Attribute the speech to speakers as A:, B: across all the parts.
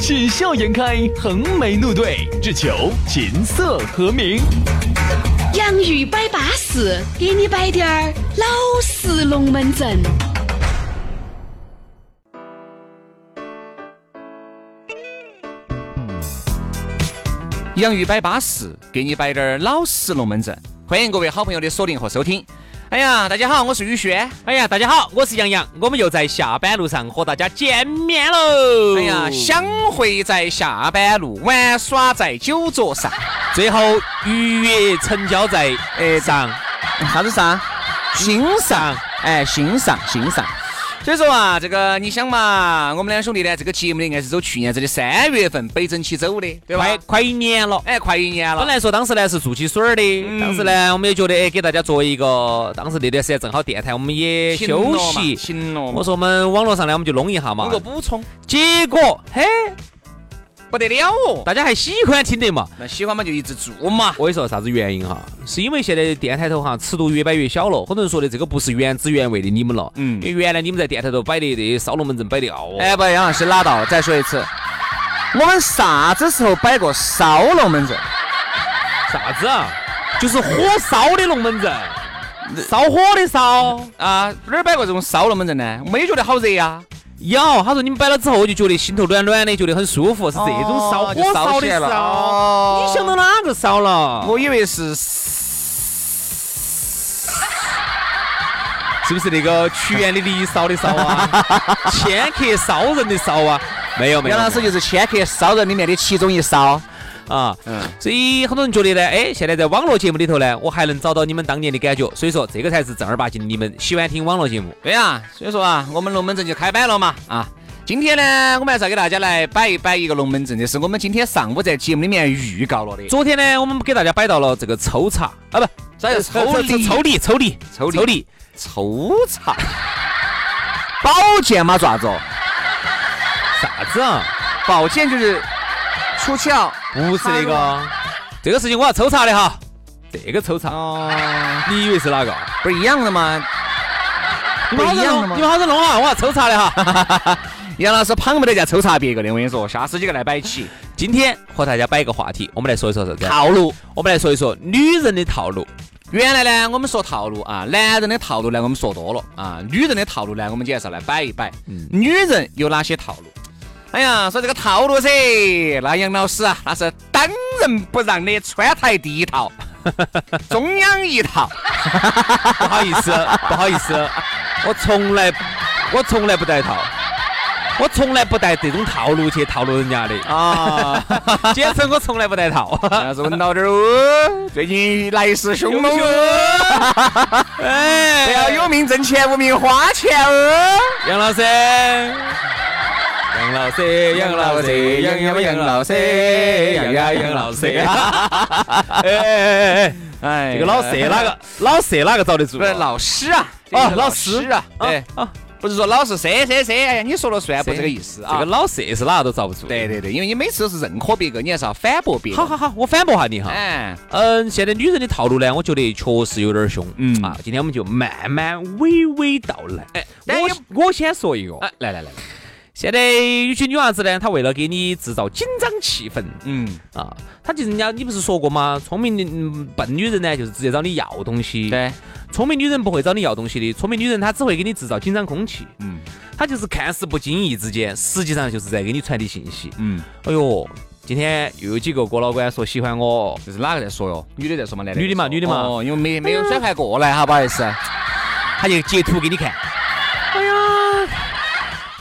A: 喜笑颜开，横眉怒对，只求琴瑟和鸣。
B: 洋芋摆巴士，给你摆点儿老式龙门阵。
C: 洋芋摆巴适，给你摆点儿老实龙门阵。欢迎各位好朋友的锁定和收听。哎呀，大家好，我是宇轩。
D: 哎呀，大家好，我是杨洋，我们又在下班路上哦和大家见面喽。
C: 哎呀，相会在下班路，玩耍在酒桌上。
D: 最后愉悦成交在 哎上，
C: 啥子上？欣赏，哎，欣赏，欣赏。所以说啊，这个你想嘛，我们两兄弟呢，这个节目呢，应该是走去年子的三月份北整起走的，对吧？
D: 快快一年了。
C: 哎，快一年了。
D: 本来说当时呢是做起水儿的，
C: 嗯
D: 当时呢我们也觉得哎给大家做一个，当时那段时间正好电台我们也
C: 勤了
D: 休
C: 嘛
D: 息，
C: 勤了嘛
D: 我说我们网络上呢我们就弄一下嘛
C: 弄，个补充，
D: 结果嘿
C: 不得了哦。
D: 大家还喜欢听的嘛。
C: 那喜欢嘛就一直做嘛。
D: 我跟你说啥子原因哈？是因为现在电台头哈尺度越摆越小了，很多人说的这个不是原汁原味的你们了，
C: 嗯
D: 因为原来你们在电台头摆的这烧龙门阵摆的哦，
C: 哎，不，杨老师拉倒，再说一次，我们啥子时候摆过烧龙门阵？
D: 啥子啊？就是火烧的龙门阵，烧火的烧。
C: 啊，哪儿摆过这种烧龙门阵呢？我们也觉得好热啊呀、
D: 有，他说你们摆了之后，我就觉得心头暖暖的，觉得很舒服，是这种烧火
C: 就
D: 哦烧
C: 起
D: 的
C: 来了。哦
D: 烧。你想到哪个烧了？
C: 我以为是
D: 是不是那个屈原的《离骚》的烧啊？ 迁客烧人的烧啊？没有没有，
C: 杨老师就是《千客烧人》里面的其中一烧。
D: 啊，
C: 嗯
D: 所以很多人觉得呢，哎，现在在网络节目里头呢，我还能找到你们当年的感觉，所以说这个才是正儿八经的你们喜欢听网络节目。
C: 对啊，所以说啊，我们龙门阵就开摆了嘛啊。今天呢，我们还是要给大家来摆一摆一个龙门阵，这是我们今天上午在节目里面预告了的。
D: 昨天呢，我们给大家摆到了这个抽查啊，不，
C: 啥叫呃抽离
D: 抽离，抽离，
C: 抽离
D: 抽离，
C: 抽查，保健嘛，爪子哦？
D: 啥子 啊？
C: 保健就是出窍。
D: 不是那个，这个事情我要抽查的哈，这个抽查，
C: 哦，
D: 你以为是哪个？
C: 不是一样的吗？
D: 你们好
C: 不一
D: 生
C: 样的
D: 弄，
C: 吗
D: 你们好生弄啊，我要抽查的哈。
C: 杨老师旁不得叫抽查别个的，我跟你说，下次几个来摆起
D: 今天和大家摆一个话题，我们来说一说啥子？
C: 套路。
D: 我们来说一说女人的套路。
C: 原来呢，我们说套路啊，男人的套路呢，我们说多了啊，女人的套路呢，我们今天是要来摆一摆。女人有哪些套路？哎呀，说这个套路噻，那杨老师啊，那是当仁不让的川台第一 套，中央一套。
D: 不好意思，不好意思，我从来我从来不带套，我从来不带这种套路去套路人家的
C: 啊，
D: 简称我从来不带套。
C: 要是闻到点儿哦，最近来势汹
D: 凶
C: 汹哦，
D: 哎
C: 不要有命挣钱，无命花钱哦。
D: 杨老师，杨老师，杨老师，杨杨杨老师，杨杨杨老师。哎哎哎
C: 哎
D: 哎，这个老色哪个老色哪个遭得住
C: 不？是老师啊，这个是
D: 老
C: 师啊，对，
D: 啊，
C: 不是说老是谁谁谁，哎呀，你说了算，不
D: 谁
C: 这个意思
D: 这
C: 啊
D: 个。老色是哪个都遭不住。
C: 对，对对，因为你每次都是认可别个，你还是要反驳别
D: 好
C: 个。
D: 好好，我反驳下你哈。
C: 哎，
D: 嗯，现在女人的套路呢，我觉得确实有点儿凶。
C: 嗯
D: 啊，今天我们就慢慢娓娓道来。
C: 哎但也
D: 我我先说一个，
C: 哎，来来来，
D: 现在有些女娃子呢，她为了给你制造紧张气氛
C: 嗯，
D: 啊，她就人家你不是说过吗？聪明的、嗯笨女人呢，就是直接找你要东西。，
C: 对，
D: 聪明女人不会找你要东西的，聪明女人她只会给你制造紧张空气。
C: 嗯
D: 她就是看似不经意之间，实际上就是在给你传递信息。
C: 嗯，
D: 哎呦，今天又有几个哥老倌说喜欢我，
C: 这是哪个在说哟？女的在说吗？男的？
D: 女的嘛女的嘛
C: 哦，因为没没有转盘过来，哈，不好意思。啊
D: 他就截图给你看。哎呀，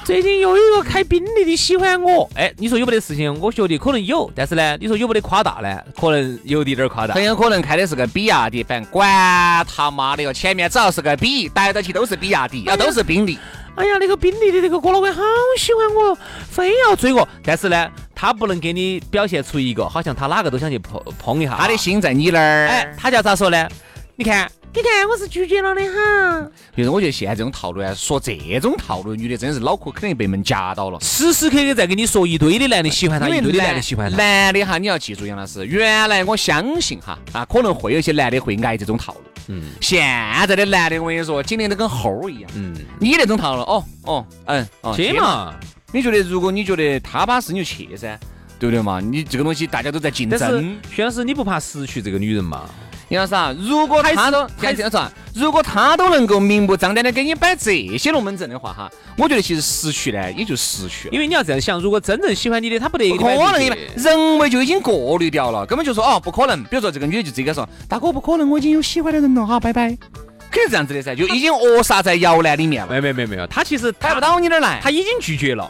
D: 最近又有一个开宾利的喜欢我，哎，你说有没得事情？我觉得可能有，但是呢，你说有没得夸大呢？可能有点点夸大
C: 很。有可能开的是个比亚啊迪，反正管他妈的哟！前面只要是个比，逮到起都是比亚迪，要都是宾利。
D: 哎呀，那个宾利的那个郭老倌好喜欢我，非要追我。但是呢，他不能给你表现出一个好像他哪个都想去碰碰一下啊。
C: 他的心在你那儿。
D: 哎，他叫咋说呢？你看，你看，我是拒绝了的哈。
C: 就是我觉得现在这种套路啊，说这种套路，女的真是脑壳肯定被门夹到了。
D: 时时刻刻在跟你说一堆的男的喜欢哎他，一堆的男的喜欢他。
C: 男的哈，你要记住杨老师，原来我相信哈啊，可能会有一些男的会挨这种套路。嗯，现在的男的我跟你说，今天都跟猴儿一样。嗯，你那种套路，哦哦，嗯，哦，
D: 去
C: 去
D: 嘛！
C: 你觉得如果你觉得他巴适，你就去噻，对不对嘛？你这个东西大家都在竞
D: 但是
C: 争。
D: 徐老师，你不怕失去这个女人嘛？
C: 杨老师啊，如果他都
D: 还
C: 看这样子啊，如果他都能够明目张胆的给你摆这些龙门阵的话哈，我觉得其实失去呢也就失去了。
D: 因为你要这样想，如果真正喜欢你的，他不得
C: 不可能，因为人为就已经过滤掉了，根本就说哦不可能。比如说这个女的就直接说，大哥不可能，我已经有喜欢的人了哈，拜拜。肯定是这样子的噻，就已经扼杀在摇篮里面了，
D: 没没没没有，他其实
C: 摆不到你那儿来。
D: 他已经拒绝了。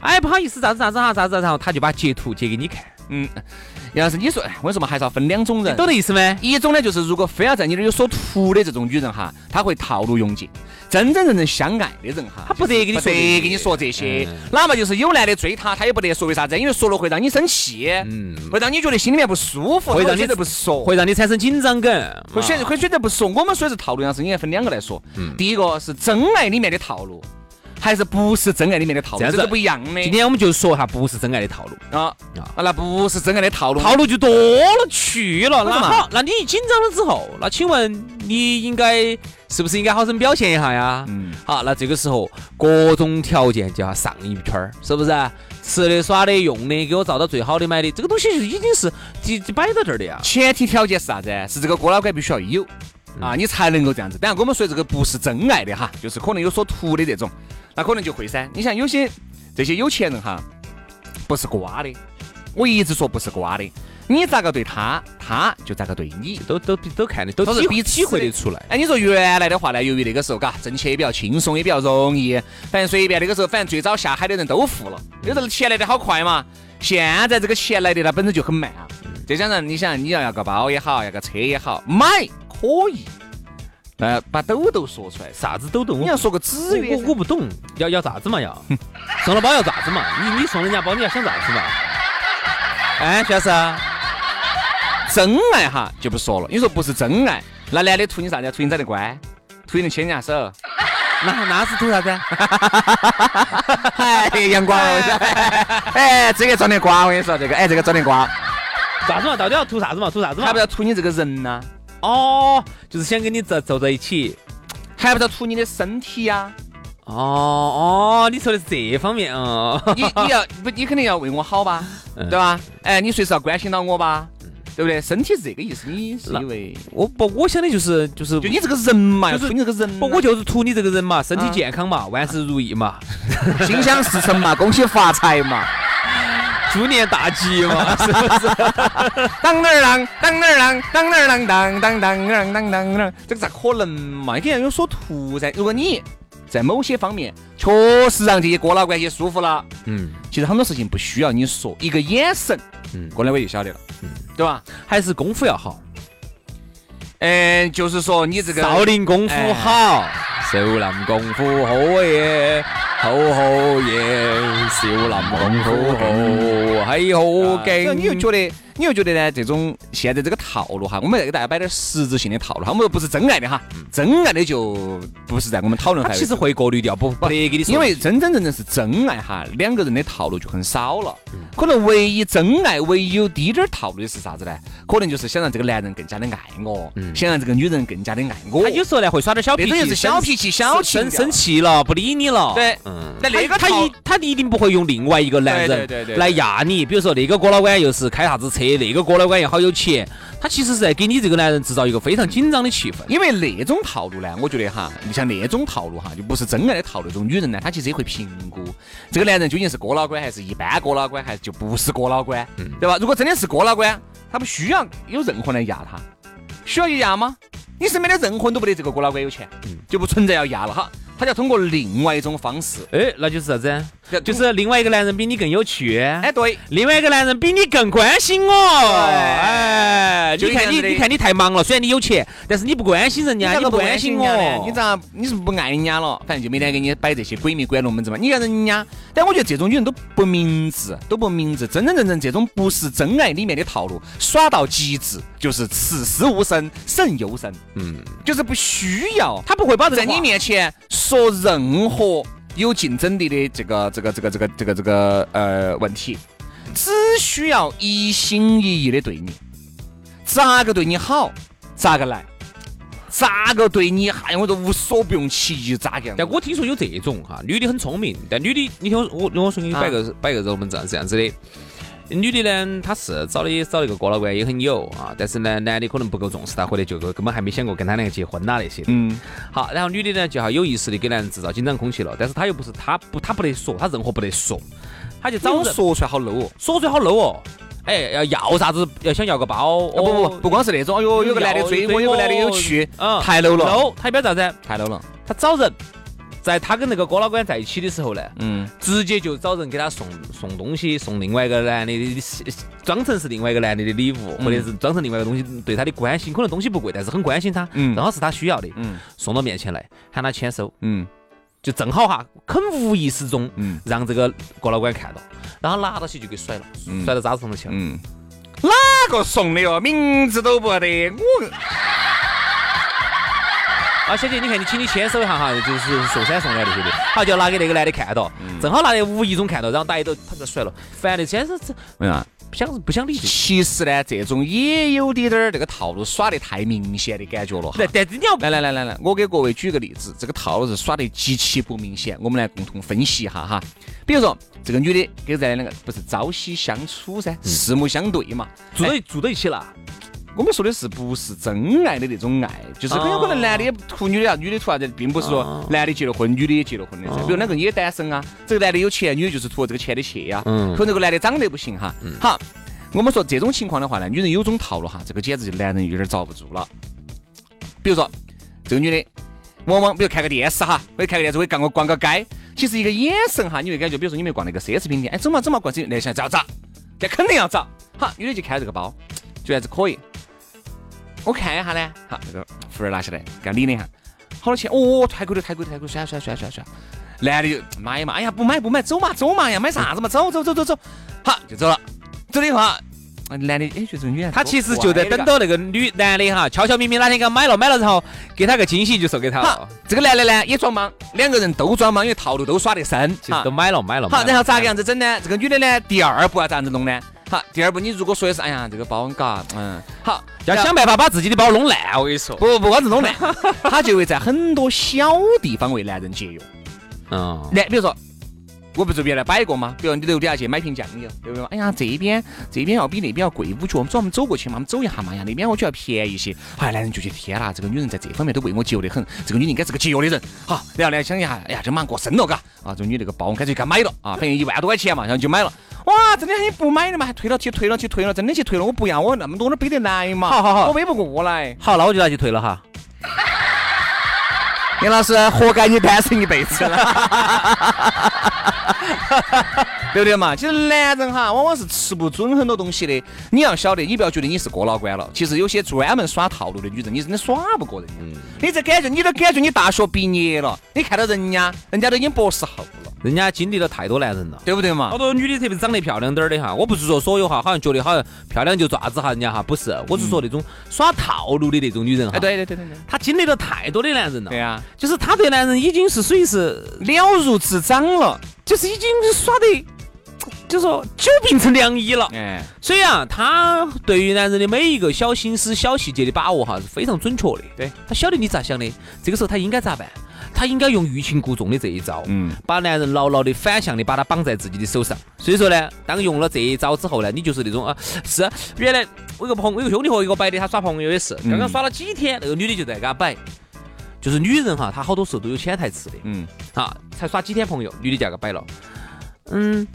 D: 哎，不好意思，啥子啥子哈，啥子，然后他就把截图截给你看，
C: 嗯，杨老师，你说，哎我跟你说嘛，还是要分两种人。
D: 懂的意思没？
C: 一种呢，就是如果非要在你那儿有所图的这种女人哈，她会套路用尽。真真正正相爱的人哈，
D: 她不得跟你说
C: 不
D: 这些嗯
C: 得跟你说这些，哪怕就是有男的追她，她也不得说为啥子，因为说了会让你生气，嗯，会让你觉得心里面不舒服，
D: 会让你
C: 觉得不说，
D: 会让啊你产生紧张感。
C: 会选会选择不说。我们说的是套路，杨是应该分两个来说。
D: 嗯
C: 第一个是真爱里面的套路，还是不是真爱里面的
D: 这
C: 套路，
D: 样子
C: 这是不一样的。
D: 今天我们就说一下不是真爱的套路，
C: 啊啊，那不是真爱的套路，
D: 套路就多了去了。
C: 为
D: 那
C: 什么
D: 好，那你紧张了之后，那请问你应该是不是应该好生表现一下呀？
C: 嗯
D: 好，那这个时候各种条件就要上一圈儿，是不是啊？吃的、耍的、用的，给我照到最好的、买的，这个东西就已经是就就摆到这儿的呀。
C: 前提条件是啥子？是这个郭老倌必须要有啊，你才能够这样子。当然，我们说这个不是真爱的哈，就是可能有所图的这种，那可能就会噻。你像有些这些有钱人哈，不是瓜的，我一直说不是瓜的，你咋个对他，他就咋个对你。
D: 都都都看的，都
C: 都是
D: 体
C: 彼
D: 会
C: 此
D: 体会
C: 的
D: 得出来。
C: 哎，你说原来的话呢，由于那个时候，嘎，挣钱也比较轻松，也比较容易，反正随便那个时候，反正最早下海的人都富了，有时候钱来的好快嘛。现在这个钱来的它本身就很慢啊，再加上你想，你要要个包也好，要个车也好，买可以，呃，把兜兜说出来，
D: 啥子都懂，
C: 你要说个资
D: 我
C: 源
D: 我，我不懂，要要啥子嘛要？送了包要啥子嘛？你你送人家包你要想啥子嘛？哎，徐老师啊，
C: 真爱哈就不说了，你说不是真爱，那男的图你啥子？图你长得乖，图你能牵人家手，
D: 那那是图 啥子啊？
C: 哎，阳光，哎，这个长得瓜，我跟你说，这个，哎，这个长得瓜，
D: 啥子嘛？到底要图啥子嘛？图啥子嘛
C: 还不？要图你这个人呢、
D: 哦，就是想跟你在走在一起。
C: 还不是要图你的身体呀、
D: 哦哦，你说的是这方面哦。
C: 你你要不你肯定要为我好吧，对吧？哎，你随时要关心到我吧，对不对？身体是这个意思，你是因为
D: 我不，我想的就是就是
C: 就你这个人嘛，要
D: 就是
C: 图你这个人
D: 不，
C: 呐，
D: 我就是图你这个人嘛，身体
C: 啊
D: 健康嘛，万事如意嘛，
C: 心想事成嘛，恭喜发财嘛，
D: 猪年大吉嘛， 是不是？
C: 当当当当当当当当当当当当当当，这个咋可能嘛？你肯定要有所图噻。如果你在某些方面确实让这些哥老倌些舒服了，
D: 嗯，
C: 其实很多事情不需要你说，一个眼神，
D: 嗯
C: 哥老倌就晓得了，对吧？
D: 还是功夫要好。
C: 嗯，就是说你这个
D: 少林功夫好，少林功夫好耶，好好耶，少林功夫好，嘿好
C: 所以你又
D: 劲。
C: 觉得，你又觉得呢？这种现在这个套路哈，我们再给大家摆点实质性的套路哈，我们不是真爱的哈，真爱的就不是在我们讨论
D: 他
C: 范围
D: 其
C: 之内。
D: 实会过滤掉，不不得给你说。
C: 因为真真正正是真爱哈，两个人的套路就很少了。
D: 嗯
C: 可能唯一真爱，唯一有滴点儿套路的是啥子呢？可能就是想让这个男人更加的爱我，想让这个女人更加的爱我
D: 嗯他。有时候呢会耍点小脾
C: 那
D: 气，
C: 种就是小脾气、小情
D: 生
C: 调
D: 生气了，不理你了。
C: 对
D: 嗯，
C: 但那个
D: 他
C: 套
D: 一他一定不会用另外一个男
C: 对对
D: 人
C: 对对对
D: 来压你，比如说那个郭老倌又是开啥子车，那个郭老倌又好有钱，他其实是在给你这个男人制造一个非常紧张的气氛。
C: 因为那种套路呢，我觉得哈，你像那种套路哈，就不是真爱的套路。这种女人呢，她其实也会评估这个男人究竟是哥老倌，还是一般哥老倌，还是就不是哥老倌，
D: 嗯
C: 对吧？如果真的是哥老倌，他不需要有任何人来压他，需要去压吗？你身边的任何人都不得这个哥老倌有钱，
D: 嗯
C: 就不存在要压了哈。他就要通过另外一种方式，
D: 哎，那就是啥子？就
C: 通
D: 是另外一个男人比你更有趣。
C: 哎对，
D: 另外一个男人比你更关心我，哎，哎，
C: 就
D: 你看
C: 这样
D: 你，
C: 子的
D: 你看你太忙了，虽然你有钱，但是你不关心人
C: 你
D: 家，
C: 咋
D: 你
C: 个不
D: 关
C: 关
D: 心
C: 心
D: 我
C: 我，，你咋你是不爱人家了？反正就每天给你摆这些鬼迷鬼龙门阵嘛。你看人家，但我觉得这种女人都不明智，都不明智。真真正正这种不是真爱里面的套路，耍到极致就是此时无声胜有声。嗯，就是不需要，他不会把在你面前说任何有竞争力的这个这个这个这个这个这个呃问题，只需要一心一意的对你，咋个对你好，咋个来。咋个对你，哎，我都无所不用其极，咋个样？
D: 但我听说有这种哈，女的很聪明，但女的，你听我我我说给你摆个摆个龙门阵，这样子的。女的呢，她是找的找了一个哥老倌也很有啊，但是呢，男的可能不够重视她，或者就根本还没想过跟她两个结婚呐那些。
C: 嗯，
D: 好，然后女的呢就要有意识的给男人制造紧张空气了，但是她又不是她不她不得说，她任何不得说，她就找
C: 早
D: 人
C: 说出来好 low 哦。
D: 说出来好 low 哦，哎要要啥子要想要个包哦，
C: 哦不不不光是那种，哎呦，有个男的追我，有个男的有趣，
D: 嗯
C: 太 low 了，
D: ，low，她一般咋子？
C: 太 low 了。
D: 她找人，在她跟那个哥老倌在一起的时候呢，
C: 嗯，
D: 直接就找人给他送送东西，送另外一个男的的，装成是另外一个男的的礼物，
C: 嗯
D: 或者是装成另外一个东西对他的关心，可能东西不贵，但是很关心他，
C: 嗯
D: 正好是他需要的，
C: 嗯
D: 送到面前来，喊他签收，
C: 嗯
D: 就正好哈，很无意识中
C: 嗯
D: 让这个郭老倌看到，然后拿到起就给甩了，
C: 嗯
D: 甩到渣子上头去了。
C: 嗯，哪个送的哟？名字都不得，我
D: 啊，小姐，你看你，请你签收一下哈，就是送山送的那些的，好，就拿给那个男的看到，
C: 嗯
D: 正好拿的无意中看到，然后大家都他就甩了，烦的先是这
C: 哎呀，
D: 不想不想理就。
C: 其实呢，这种也有点点儿这个套路耍得太明显的感觉了哈。
D: 但但是你要
C: 来来来来来，我给各位举个例子，这个套路是耍得极其不明显，我们来共同分析一下哈。比如说，这个女的跟咱两个不是朝夕相处噻，四目相嗯对嘛。哎
D: 住到住到一起了。
C: 我们说的是不是真爱的那种爱，就是很有可能男的也图女的啊，女的图啥子，并不是说男的结了婚，女的也结了婚的噻。比如两个人也单身啊，这个男的有钱，女的就是图这个钱的钱啊呀。
D: 嗯
C: 可能这个男的长得不行哈。好，我们说这种情况的话呢，女人有种套路哈，这个简直就男人有点遭不住了。比如说，这个女的往往比如看个电视哈，或者看个电视，或者逛个逛个街，其实一个眼神哈，你会感觉，比如说你们逛那个奢侈品店，哎，走嘛走嘛逛这，那想找找，这肯定要找。好，女的就看这个包，觉得还是可以。我看一下呢，好，那个服儿拿下来，给他理了一下，好多钱？哦，太贵了，太贵了，太贵了，算了算了算了算了算了。男的就妈呀妈，哎呀，不买不买，走嘛走嘛呀，买啥子嘛，走走走走走，好就走了。走了以后啊，男的哎觉得这个女的还
D: 他
C: 多
D: 其实
C: 乖
D: 就在
C: 的
D: 等到那个女男的哈，悄悄咪咪哪天给他买了，买了之后给他个惊喜就送给他
C: 好
D: 了，，
C: 这个男的呢也装莽，两个人都装莽，因为套路都耍得深。
D: 其实都买了买了。
C: 好，
D: 买了嗯
C: 然后咋个？样子整呢？这个女的呢，第二步要咋样子弄呢？好，第二步你如果说的是，哎呀，这个包嘎，嗯，好，
D: 要想办法把自己的包弄烂，我跟你说。
C: 不不光是弄烂， 他就会在很多小地方为男人节约。
D: 嗯，
C: 那比如说，我不是原来摆过吗？比如你楼底下去买瓶酱油，对不对嘛？哎呀，这边这边要比那边要贵五角，我们走，我们走过去嘛，我们走一下嘛呀，那边我觉得要便宜些。哎，男人就觉得天啦，这个女人在这方面都为我节约得很，这个女人应该是个节约的人。好，然后呢想一下，哎呀，这马上过生了，嘎，啊，这女这个包我干脆给她买了啊，反正一万多块钱嘛，然后就买了。哇，真的你不买的嘛，还退了去退了去退了，真的去退了，我不要，我那么多我都背得来嘛，
D: 好好好
C: 我背不过来。
D: 好，那我就拿去退了哈。
C: 杨老师，活该你单身一辈子 了，对不对嘛？其实男人哈，往往是吃不准很多东西的。你要晓得，你不要觉得你是过老关了，其实有些专门耍套路的女人，你真的耍不过人家。你这感觉，你都感觉你大学毕业了，你看到人家，人家都已经博士后了，
D: 人家经历了太多男人了。
C: 对不对嘛
D: 好？多女的，特别是长得漂亮点儿的哈，我不是说所有哈，好像觉得好像漂亮就爪子哈，人家哈不是，我是说那种耍套路的那种女人哈
C: 哎，，对对对对对，
D: 她经历了太多的男人了
C: 对，啊，
D: 就是她对男人已经是属于是
C: 了如指掌了，
D: 就是已经耍得，就说久病成良医了。
C: 哎，
D: 所以啊，他对于男人的每一个小心思、小细节的把握哈是非常准确的。
C: 对，
D: 他晓得你咋想的，这个时候他应该咋办？他应该用欲擒故纵的这一招，
C: 嗯，
D: 把男人牢牢的反向的把他绑在自己的手上。所以说呢，当用了这一招之后呢，你就是那种啊，是啊原来我有个朋友，我有个兄弟伙一个摆的，他耍朋友也是，刚刚耍了几天，那个女的就在给他摆。就是女人哈，她好多时候都有潜台词的，
C: 嗯，
D: 啊，才耍几天朋友，女的就要给摆了。嗯，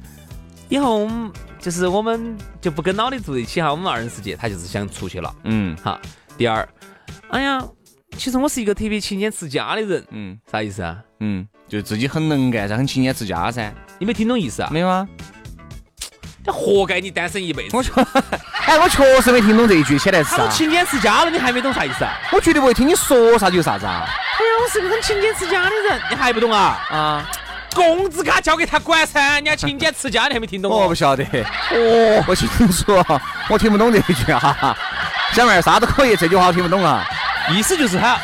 D: 以后嗯就是我们就不跟老的住一起哈，我们二人世界，他就是想出去了。
C: 嗯，
D: 哈，第二，哎呀，其实我是一个特别勤俭持家的人，
C: 嗯，
D: 啥意思啊？
C: 嗯，就自己很能干噻，很勤俭持家噻，
D: 你没听懂意思啊？
C: 没有啊？
D: 那活该你单身一辈子。
C: 我确，哎，我确实没听懂这一句，潜台词
D: 他都
C: 啊！
D: 勤俭持家了，你还没懂啥意思啊？
C: 我绝对不会听你说啥就是啥子啊！
D: 哎呀，我是个很勤俭持家的人，你还不懂啊？
C: 啊，
D: 工资卡交给他管噻，人家勤俭持家，你还没听懂
C: 我
D: 哦
C: 不？晓得，哦，不清楚，我听不懂这一句啊。小妹儿啥都可以，这句话我听不懂啊。
D: 意思就是他，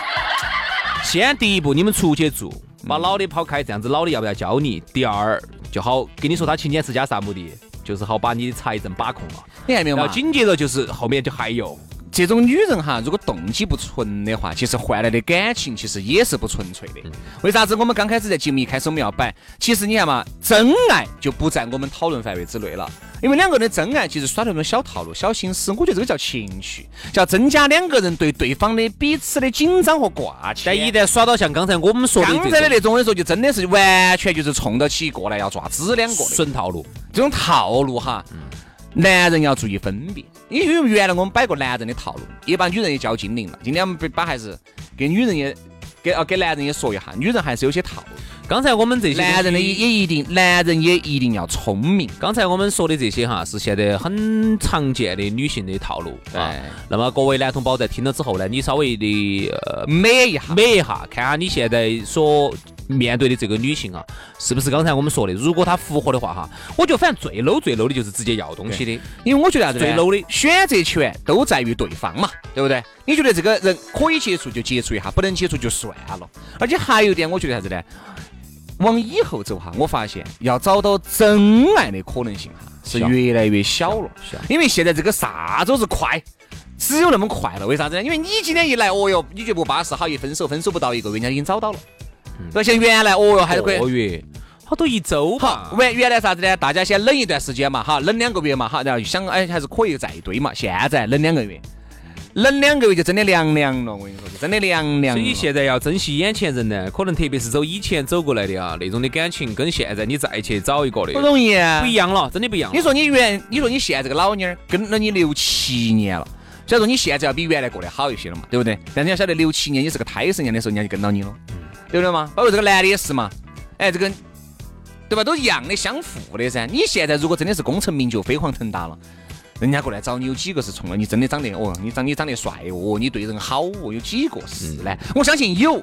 D: 先第一步你们出去住，把老的抛开，这样子老的要不要教你？第二就好跟你说他勤俭持家啥目的，就是好把你的财政把控了。
C: 你看没有
D: 然
C: 嘛
D: 后？紧接着就是后面就还有，
C: 这种女人哈，如果动机不纯的话，其实换来的感情其实也是不纯粹的。为啥子我们刚开始在节目一开始我们要摆？啊其实你看嘛，真爱就不在我们讨论范围之内了，因为两个人的真爱其实耍那种小套路、小心思，我觉得这个叫情趣，叫增加两个人对对方的彼此的紧张和挂牵。
D: 但一旦耍到像刚才我们说的
C: 刚才的
D: 这种
C: 那种，我跟你说，就真的是完全就是冲到起过来要抓子两个的。
D: 损套路，
C: 这种套路哈，
D: 嗯
C: 男人要注意分辨，因为原来我们摆过男人的套路，也把女人也教精灵了。今天我们把把还是给女人也给啊给男人也说一下，女人还是有些套路，
D: 刚才我们这些
C: 男人的
D: 东
C: 也
D: 西
C: 也一定，男人也一定要聪明。
D: 刚才我们说的这些哈，是现在很常见的女性的套路啊
C: 对。
D: 那么各位男同胞在听了之后呢，你稍微的呃
C: 美一下，
D: 美一下，看下你现在所面对的这个女性啊，是不是刚才我们说的？如果她符合的话哈，我觉得反正最 low 最 low 的就是直接要东西的。
C: 因为我觉得啥子呢
D: 最 low 的
C: 选择权都在于对方嘛，对不对？你觉得这个人可以接触就接触一下，不能接触就算了。而且还有一点，我觉得啥子呢？往以后走哈，我发现要找到真爱的可能性哈是啊
D: 小
C: 越来越小了啊
D: 小小，
C: 因为现在这个啥都是快。只有那么快了，为啥子呢？因为你今天一来，哦哟，你就不巴适，好一分手，分手不到一个月，人家已经找到了。而且原来，哦哟，还是可以
D: 个月，好多一周
C: 好，
D: 吧。
C: 原原来啥子呢？大家先冷一段时间嘛，哈，冷两个月嘛，哈，然后想哎还是可以再堆嘛。现在冷两个月，冷两个月就真的凉凉了，我跟你说，就真的凉凉
D: 所
C: 了。
D: 以现在要珍惜眼前人呢，可能特别是走以前走过来的啊，那种的感情跟现在你再去找一个的
C: 不容易啊
D: 不一。样了，真的不一样了。
C: 你说你原，你说你现在这个老妞儿跟了你六七年了，虽然说你现在要比原来过得好一些了嘛，对不对？但你要晓得，六七年你是个胎神一样的时候，人家就跟到你了，对不对嘛？包括这个男的也是嘛，哎，这个。对吧？都一样的，相互的噻。你现在如果真的是功成名就、飞黄腾达了，人家过来找你有几个是冲了你真的长得哦，你长你长得帅哦，你对人好哦，有几个是呢？我相信有，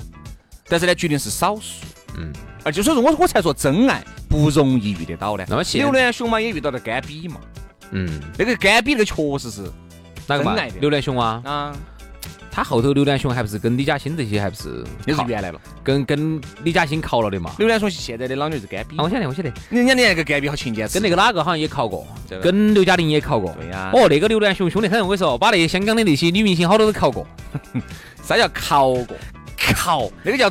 C: 但是呢，绝对是少数。
D: 嗯
C: 嗯，而就所以说我我才说真爱不容易遇得到呢。
D: 那么现
C: 刘銮雄嘛也遇到了干比嘛，
D: 嗯，
C: 那个干比那个确实是
D: 哪个嘛
C: 真爱？的
D: 刘南雄啊，
C: 啊，
D: 他后头刘南雄还不是跟李嘉欣这些还不是
C: 那是
D: 靠
C: 原来了。
D: 跟跟李嘉欣考了的嘛？
C: 刘銮雄现在的老妞是干比
D: 啊，，我晓得，我晓得，
C: 人家那个干比好勤俭持
D: 跟
C: 家，
D: 那个哪个好像也考过
C: 对，吧
D: 跟刘嘉玲也考过。
C: 对呀
D: 哦，那个刘銮雄兄弟，反正我跟你说，把那些香港的那些女明星好多都考过，
C: 啥叫考过？考那个叫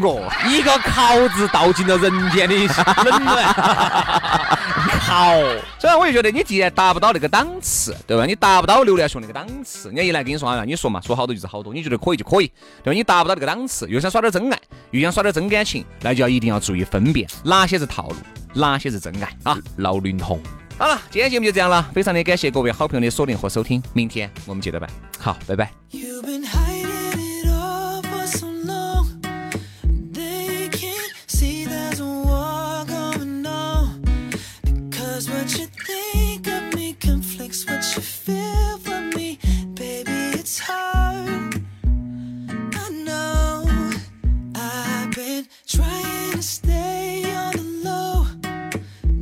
C: 过。
D: 一个“考”字道尽了人间的冷暖。
C: 好， 所以我就觉得你既然达不到那个档次，对吧？你达不到流量熊那个档次，人家一来跟你说啊，你说嘛，说好多就是好多，你觉得可以就可以，对吧？你达不到那个档次，又想耍点真爱，又想耍点真感情，那就要一定要注意分辨哪些是套路，哪些是真爱啊！
D: 老林红，
C: 好了，今天节目就这样了，非常的感谢各位好朋友的锁定和收听，明天我们接着拜。
D: 好，拜拜。
E: You've been hiding it all for so long. They can't see there's a war going on. Cause what you think of me conflicts what you feel for me. Baby, it's hard. I know. I've been trying to stay on the low.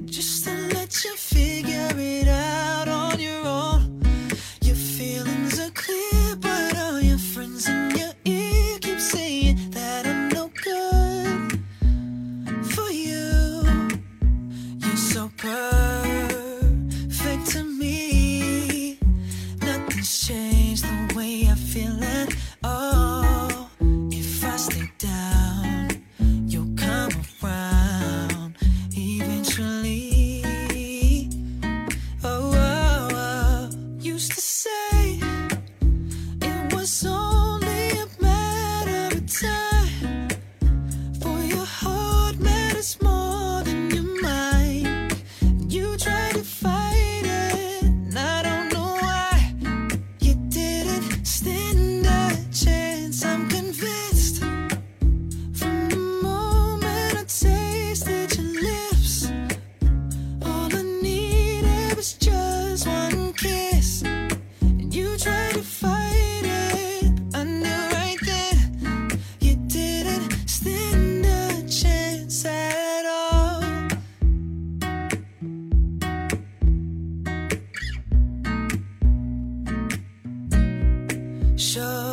E: Just to let you figure it out on your own. Your feelings are clear, but all your friends in your ear keep saying that I'm no good for you. You're so perfect to me. Nothing's changed the way I feel at all. If I stay down, you'll come around eventually. Oh, oh, oh. used to say it was only a matter of time. For your heart matters more than your mind. You tried to fight it, and I don't know why you didn't stand up. Show